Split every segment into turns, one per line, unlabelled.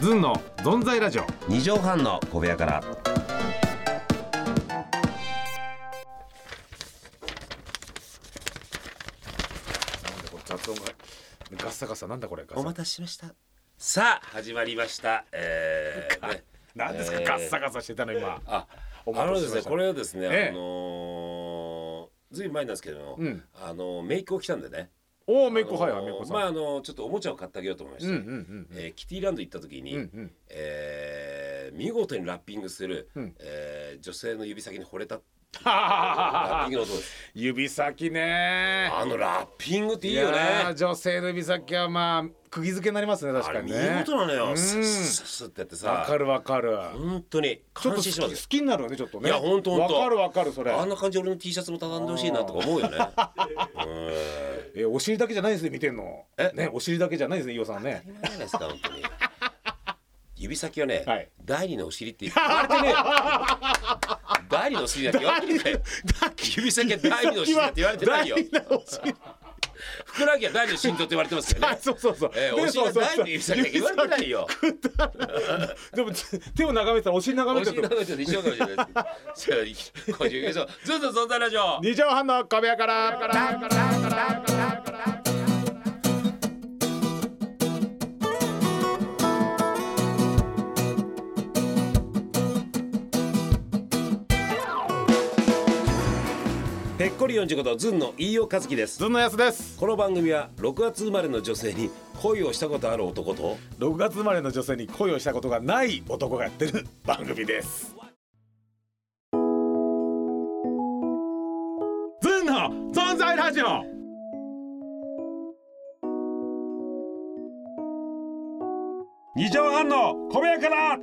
ずんのぞんざいラジオ
二畳半の小部屋から。
なんでこれ雑音がガッサガサなんだこれガ
お
サ
待たせしました。さあ、始まりました。えーね
なんですか、
えー
ガッサガサしてたの今
あ、
お
あ
待
の
たせ
で
し
す
ま
ね、
した
これはですね、
ええ
あのーずいぶん前なんですけども、
うん
あのー、姪っ子来たんでね。
おおめいこ
あの
はいは
ー
いめいこさん、
まあ、あのーちょっとおもちゃを買ってあげようと思いまし
うん
た。
うんうん
えーキティランド行った時に、
うんうん
えー見事にラッピングする、
うん
えー女性の指先に惚れた
はは
ラッ
はは
ピングの音です。
指先ね
あのラッピングっていいよ
やー
ね。
女性の指先はまあ釘付けになりますね確
あ
か
れ
に
見
ね
事なの
う
よ。
ん
スッスッスッってやって
わ
さ。
かるわかる
本当に
ちょっ
感
と好き
心しま
好
す。
きになるよねちょっとね
いやほんとほんと
わかるわかるそれ
あんな感じ俺の T シャツも畳んでほしいなとか思うよね。うん
えーお尻だけじゃないですね見てんの
え
ねお尻だけじゃないですね伊代さんね
当たり前じゃないですか本当に。指先はね、
はい
第二のお尻って言われてねえよ。第二のお尻だって言われてねえよ。指先は第二のお尻だって言われてないよ。
第二のお尻
ふくらはぎは第二の心臓って言われてますけど
あ
ね。
そうそうそう。
えー
で
お尻は
そうそう
第二の指先だって言われてないよ。
でもつ手を眺めてたらお尻眺
お
めて
尻
る
の。話で一緒かもしれない です。じゃあ今週以上ずっと存在ラジオ。
二畳半の壁やから。
ぺっこり45度ズンの飯尾和樹です
ずんのやすです。
この番組は6月生まれの女性に恋をしたことある男と
6月生まれの女性に恋をしたことがない男がやってる番組です。ずんの存在ラジオ。
2畳半の小部屋から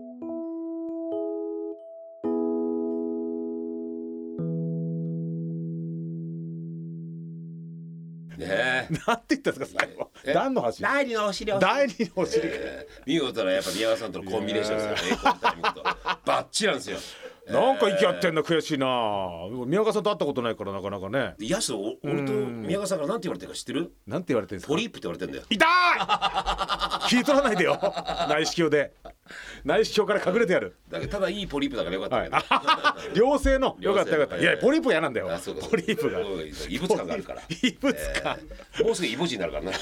ねえ
なんて言ったんですか最後。
え
何の話？
第二のお尻を
第二のお尻。
えー見事なやっぱ宮川さんとのコンビネーションです よねこのタイミングとバッチリなんですよ
なんか息合ってんの悔しいな。宮川さんと会ったことないからなかなかね。
ヤスお俺と宮川さんからなんて言われてるか知ってる
なんて言われてるんですか
ポ。リープって言われてんだよ
痛い聞い取らないでよ内視鏡で内視鏡から隠れてやる、
だけどただいいポリープだからよかった
は
け
い
ど、、
良性のよかったよかったいやポリープが嫌なんだよ
あそうかそうか
ポリープが
異物感があるから
異物感
えーもうすぐ異文字になるか らなだ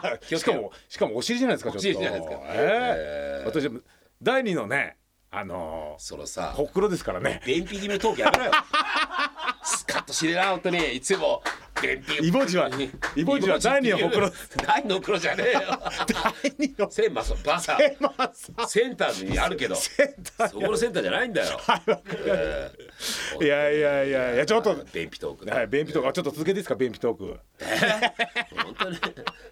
から気を
し
つけ
か
よう
もしかもお尻じゃないですかちょっと
お尻じゃないですか
え
え
え
え
私も第二のねあのー
そのさ
ほっくろですからね
便秘気味のトークやめろよスカッとしねえな本当にいつも便秘
イボジはイボジは第二のほくろ
第二のほくろじゃねえよ
第二の
センマソバサ
えまあさ
センターにあるけど
センター
そこのセンターじゃないんだよ、えー
いやいやいやいやちょっと
便秘トークね
はい便秘トークあちょっと続けていいですか便秘 トーク
本当に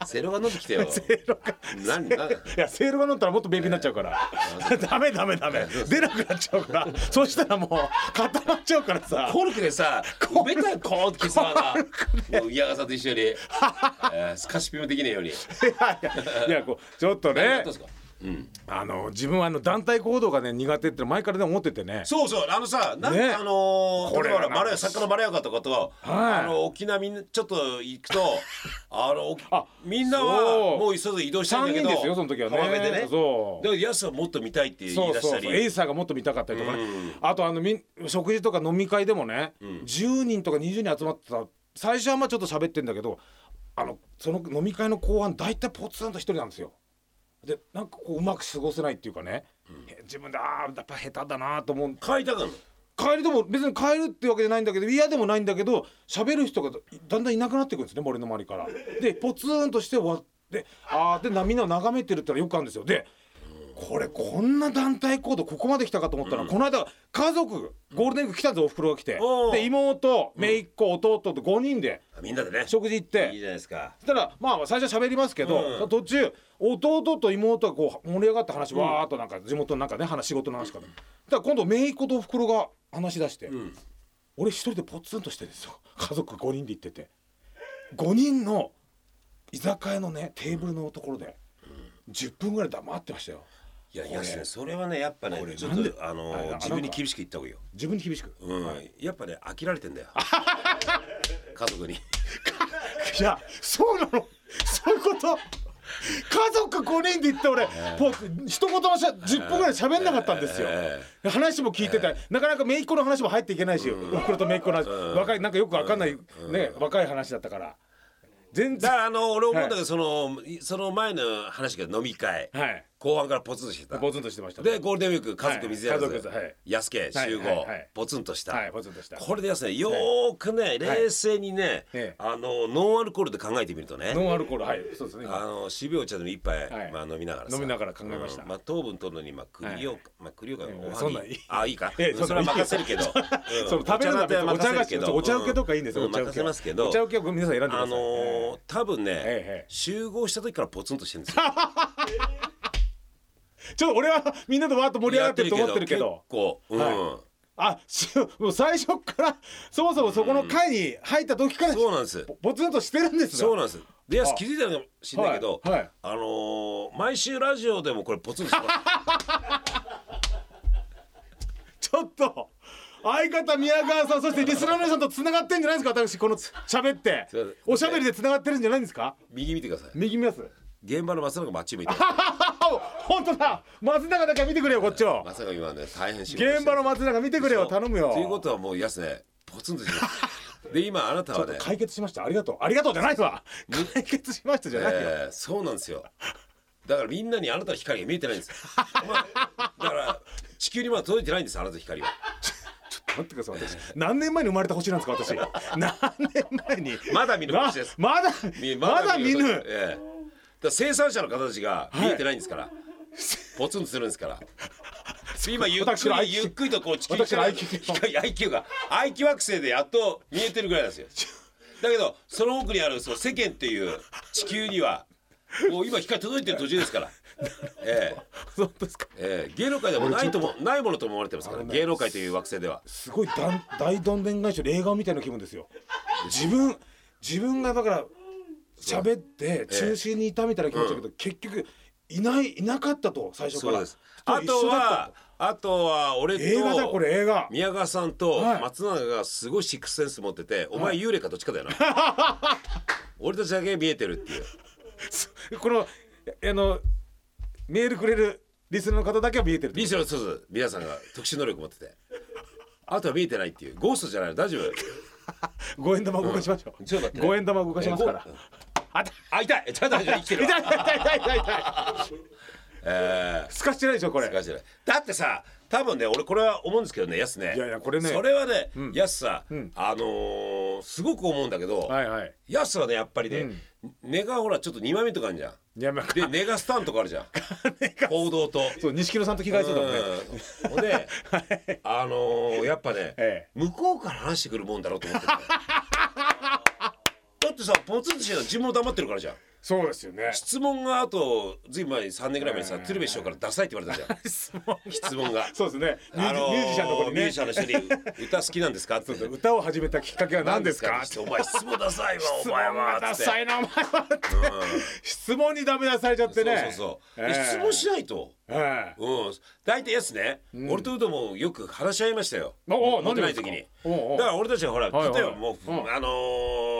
セロが飲んで きてよ
セロが
何何
いやセールが乗ったらもっと便秘になっちゃうから ダメダメダメ出なくなっちゃうからそしたらもう固まっちゃうからさ
コルクでさ埋めたよコーンってキスマ がもう宮川さんと一緒に、えー、スカシピもできねえように
いやいやいやこうちょっと
何や
ね
ったんですかうん、
あの自分はあの団体行動がね苦手っての前からね思っててね
そうそうあのさなんか、
ね
あのー、
これ
例えば
は
ほらマラヤ作家のマラヤカとかと、
はい
あの沖縄みんなちょっと行 くとあのお
あ
みんな
そ
は
う
もう急いで移動した
3
んだけ
人
ど
ですよその時はね
浜辺でね
そう
だからヤスはもっと見たいって言
そ
いう出
そう
し
そ
た
う
り
エイサーがもっと見たかったりとかね、
うん
あとあのみん食事とか飲み会でもね、10人とか20人集まってた最初はまあちょっと喋ってんだけどあのその飲み会の後半大体ポツンと一人なんですよ。でなんかこううまく過ごせないっていうかね、へ自分でああやっぱ下手だなと思う
買いたがるの
帰りでも別に帰るってわけじゃないんだけど嫌でもないんだけど喋る人がだんだんいなくなってくるんですね森の周りから。でポツンとして終わってあーで波を眺めてるってのはよくあるんですよ。でこれこんな団体行動ここまで来たかと思ったら、この間家族ゴールデンウィーク来たんですよおふくろが来て
おー
で妹姪っ子弟と5人で
あみんなでね
食事行っ
いい
て。
じゃないですか
そしたらまあ最初は喋りますけど、
うん
途中弟と妹がこう盛り上がった話、わーっとなんか地元のなんかね話仕事の話から、だから今度姪っ子とおふくろが話し出して、
うん
俺一人でポツンとしてるんですよ家族5人で行ってて5人の居酒屋のねテーブルのところで10分ぐらい黙ってましたよ
いや
こ
い
れ
やねそれはねやっぱね
これ
ちょっ
なんで
とあの
あれ
ー
だ
自分に厳しく言った方がいいよ
自分に厳しく、
うん、やっぱね飽きられて んだよ家族に
いやそうなのそういうこと家族5人で行って俺ポ一言もしゃ10分ぐらい喋んなかったんですよ
え
話も聞いてたなかなか姪っ子の話も入っていけないしおふくろと姪っ子の話若いなんかよくわかんないね若い話だったから全然
だからあの俺思うんだけどそのその前の話が飲み会
はい
後半からポツンとしてた
ポツンとしてましたね
でゴールデンウィーク家族水やら
はい家
ず
族はい
安家集
はいはい
合
はい
ポツンとした
はいポツンとした
これでですねよーくね冷静にね
ええ
あのノンアルコールで考えてみるとね
ノンアルコールはいそうですね今
あの渋いお茶でも一杯
はい
まあ飲みながらさ
飲みながら考えました
うんまあ糖分取るのにまあ栗をまあ栗をかおはぎ
そんなんいい
あいいか
ええ
うんそれは任せるけどうん
その食べるのは別にお茶
任
菓
せ
子お
る
茶お茶受けとかいいんですよ、
う
お茶受
任
け
せますけど
お茶受けは皆さん選んでください
あのー多分ね、
ええ
集合した時からポツンとしてるんですよ
ちょっと俺はみんなとわーっと 盛り上がってると思ってるけど
結構、うん
はあし もう最初からそもそもそこの会に入った時から
そうなんです
ポツンとしてるんですよ
そうなんですでやす
あ
気づいたのかもしれないけど、
はいはい
あのー毎週ラジオでもこれポツンとしてます
ちょっと相方宮川さんそしてリスナーの皆さんとつながってんじゃないですか私この喋って
すいません
おしゃべりでつながってるんじゃないんですか
右見てください
右見ます
現場の松永もあっち向いて
本当だ松永だけは見てくれよこっちを
まさか今ね大変仕事してる
現場の松永見てくれよ頼むよ
ということはもうやすねポツンとして ますで今あなたはね
解決しましたありがとうありがとうじゃないわ解決しましたじゃないよ、
えーそうなんですよだからみんなにあなたの光が見えてないん ですよ、まあ、だから地球にまだ届いてないんですあなたの光は
待ってください私何年前に生まれた星なんですか私何年前に
まだ見ぬ
ま
星です
まだ
み
まだ見ぬ
ええだから生産者の方たちが見えてないんですから、ポツンとするんで すから今ゆっく
私の IQ
りゆっくりとこう地球から
私の IQ
光 IQ が IQ 惑星でやっと見えてるぐらいなんですよだけどその奥にあるその世間っていう地球にはもう今光届いてる途中です からええ
そうですか
ええ芸能界でもないともないものとも思われてますから芸能界という惑星では
すごいだん大どんでん返しの映画みたいな気分ですよ自分自分がだから喋って中心にいたみたいな気持ちだけど、結局いないいなかったと最初か
そ
ら
うですあ
一
と
緒だ
はあとは俺
ったと映
と
画だこれ映画
宮川さんと
はい
松永がすごいシックスセンス持ってて、お前幽霊かどっちかだよな 俺たちだけ見えてるっていう
このあのメールくれるリスナーの方だけは見えてると
リスナーのそうそう皆さんが特殊能力持っててあとは見えてないっていうゴーストじゃないの大丈夫
五円玉動かしましょう。
ちょっと待ってね
五円玉動かしますから
えー。
あた。
あ痛いちゃんと大丈夫生きてる
痛い
わ
痛い痛い痛い痛
え
い。すかしてないでしょこ
ー、
れ。
じゃないだってさ多分ね俺これは思うんですけどねやすね
いやいやこれね
それはね、
ん
やすさ、
ん
あのーすごく思うんだけど、
はいはい。
やすはねやっぱりね、根がほらちょっと2枚目とかあるじゃん
いやまあ
でネガスタンとかあ るじゃん行動と。
そう錦野さんと着替えそうだもんね。
うんほんで、あのーやっぱね、
ええ
向こうから話してくるもんだろうと思って ただってさポツンとしてたら自分も黙ってるからじゃん
そうですよね。
質問があとずいぶん前に3年ぐらい前にさ、
ええ
鶴瓶師匠からダサいって言われたじゃん質問 が
そうですね。ミュージ,、
のー
ミュージシャンの子にね
ミュージシ。ャンの人に歌好きなんですかって
そうそう歌を始めたきっかけは何ですか。
ってお前質問ダサいわお
質問
前は
がダサいなお前はって。質問にダメ出されちゃっ
つってて
ね。
そうそうそう、
え
で
え
質問し。ないと
ええ。
うん、大体やつね、俺とウドもよく話し合いましたよ
おお
持ってな
何
い時
でで
に
すかおうおう
だから俺たちはほら、
はいはい
例えばもう、
うん
あの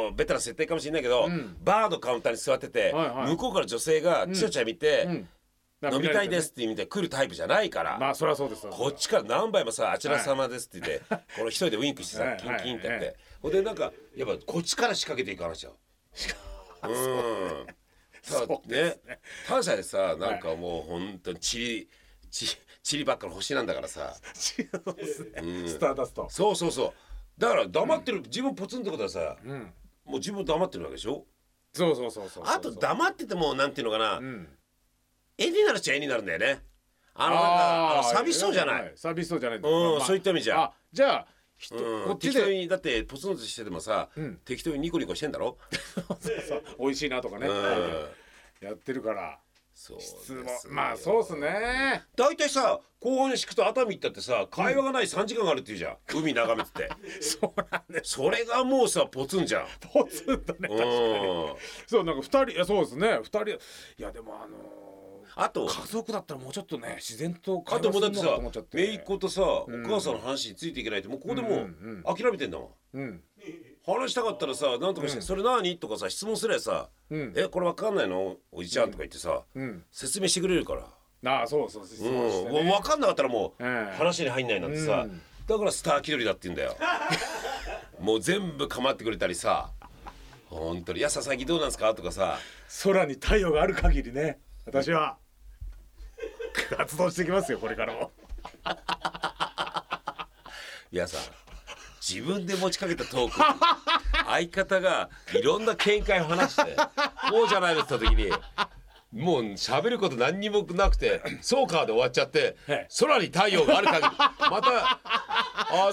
ーベタな設定かもしれないけど、バーのカウンターに座ってて、
はいはい
向こうから女性がちゃちゃ見て、
うん
飲みたいですっ。て意味で来るタイプじゃないから、
まあそりゃそうです。
こっちから何杯もさ「あちら様です」って言って、この一人でウインクして
は
さ
い
キンキンってやって、
はい
ほんでなんかやっぱこっちから仕掛けていく話だよ。うんただね他社でさなんかもう本当にチリチチリばっかの星なんだからさ
そうですね。スターダスト。
そうそうそうだから黙ってる、自分ポツンってことはさ、もう自分黙ってるわけでしょ
そうそうそうそう。
あと黙っててもなんていうのかな、
ん
絵になるっちゃ絵になるんだよねあのなんかあの
ー
寂しそうじゃない
寂しそうじゃない
うんそういった意味じゃ
あじゃあひと
う
こ
ん、
っち
適当
で
にだってポツンとしててもさ、
ん
適当にニコニコしてん だろ、
そう美味しいなとかね
うん、
やってるから
そう
質問
ですよ
まあそうっすね
大体さ後半に敷くと熱海行ったってさ会話がない3時間があるっていうじゃん、海眺めてて
そうなんで
それがもうさポツン じゃん
ポツンとね
うん
そうなんか二人いやそうですね二人いやでもあの
あと
ー家族だったらもうちょっとね自然と
あ
会
と
話
も
す
うだ
る
って
の
さ
かと思っちゃって
姪っ子とさ、お母さんの話についていけないってもうここでもう諦めてんだもん、
うん
話したかったらさなんとかして「それ何?」とかさ質問すればさ「
うん
えこれわかんないのおじちゃん」とか言ってさ
うん
説明してくれるから。
ああそうそうそう
う
そ
ん、
うですね
分かんなかったらもう
ええ
話に入んないなんてさ、
うん
だからスター気取りだって言うん だよもう全部構ってくれたりさ本当に「いやさ最近どうなんですか?」とかさ
空に太陽がある限りね私は活動していきますよこれからも
「いやさ自分で持ちかけたトーク相方がいろんな見解を話して「こうじゃないの?」って言った時にもう喋ること何にもなくて「そうか」で終わっちゃって
はい
空に太陽がある限りまたあの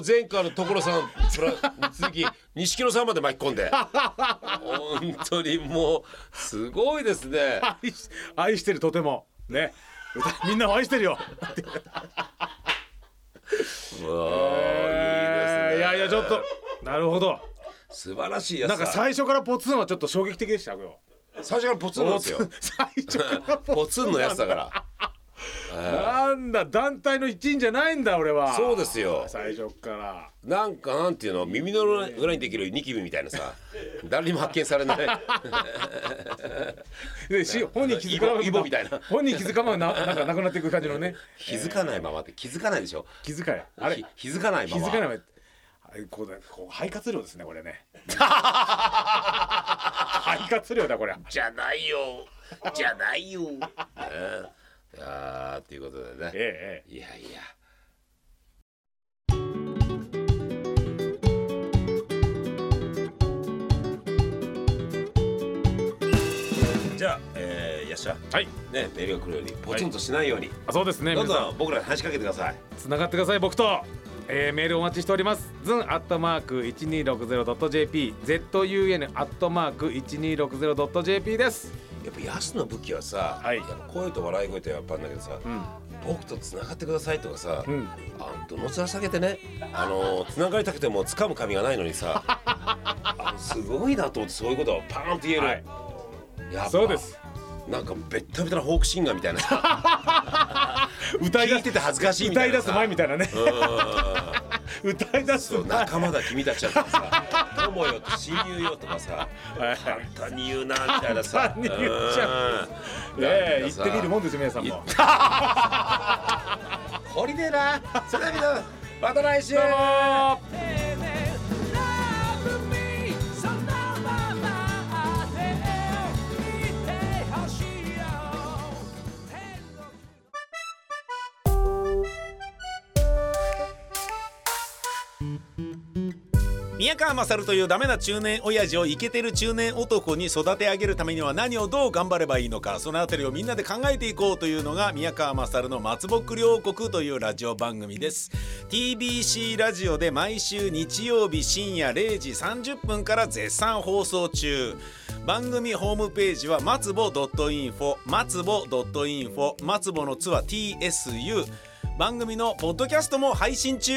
ー、前回の所さんプラ続き錦野さんまで巻き込んで本当にもうすごいですね。
愛し愛してるとてもね歌みんなを愛してるよって
うわあいいですね。
いやいやちょっとなるほど
素晴らしいやつ
なんか最初からポツンはちょっと衝撃的でしたよ
最初からポツンなんですよ。
最初から
ポツンのやつだから。
なんだ団体の一員じゃないんだ俺は
そうですよ
最初から
なんかなんていうの耳の裏にできるニキビみたい なさ誰にも発見されない
でし本人気づか
イボイボみたいな
本人気づかまななんかなくなっていく感じのね
気づかないままって気づかないでしょ
気遣いあれ
ひ気づかない
気
まま
づかないわあれこうだこう肺活量ですねこれ ね肺活量だこれ
じゃないよ じゃないよ、ね、いやーっていうことでね
えええ
いやいやじゃあ、えー、やっしゃ
えはい
ねメールが来るようにポツンとしないように、
あそうですね
ど
皆
ん
さん
どん僕らに話しかけてください
つながってください僕と、えー、メールお待ちしておりますズンアットマーク 1260.jp zun アットマーク 1260.jp です
やっぱヤスの武器はさ、
はい
やっぱ声と笑い声とやっぱあんだけどさ、
ん
僕と繋がってくださいとかさ、
うん
あどの面下げ てねあの繋がりたくても掴む髪がないのにさあのすごいなと思ってそういうことをパーンって言える、
はい
やっぱ
そうです
なんかベッタベタなフォークシンガーみたい なさ
歌い
聞
出
いて
す
て恥ずかしいみ
歌
たい
い
な
出す
さ
前みたいなね
うん
歌い出す
そう
前
仲間だ君たちだとかさ友よと親友よとかさ
はい
簡単に言うなみたいなさ
簡単に言っちゃ
う
え
んな
え
んか
行
さ
ってみるもんですよ皆さんも
懲りね えなそれではまた来週
どうも
Love me, so now my head,
宮川勝というダメな中年親父をイケてる中年男に育て上げるためには何をどう頑張ればいいのかそのあたりをみんなで考えていこうというのが宮川勝の「松ぼっくり王国」というラジオ番組です TBC ラジオで毎週日曜日深夜0時30分から絶賛放送中番組ホームページは松ぼ .info 松ぼ .info 松ぼのツは TSU 番組のポッドキャストも配信中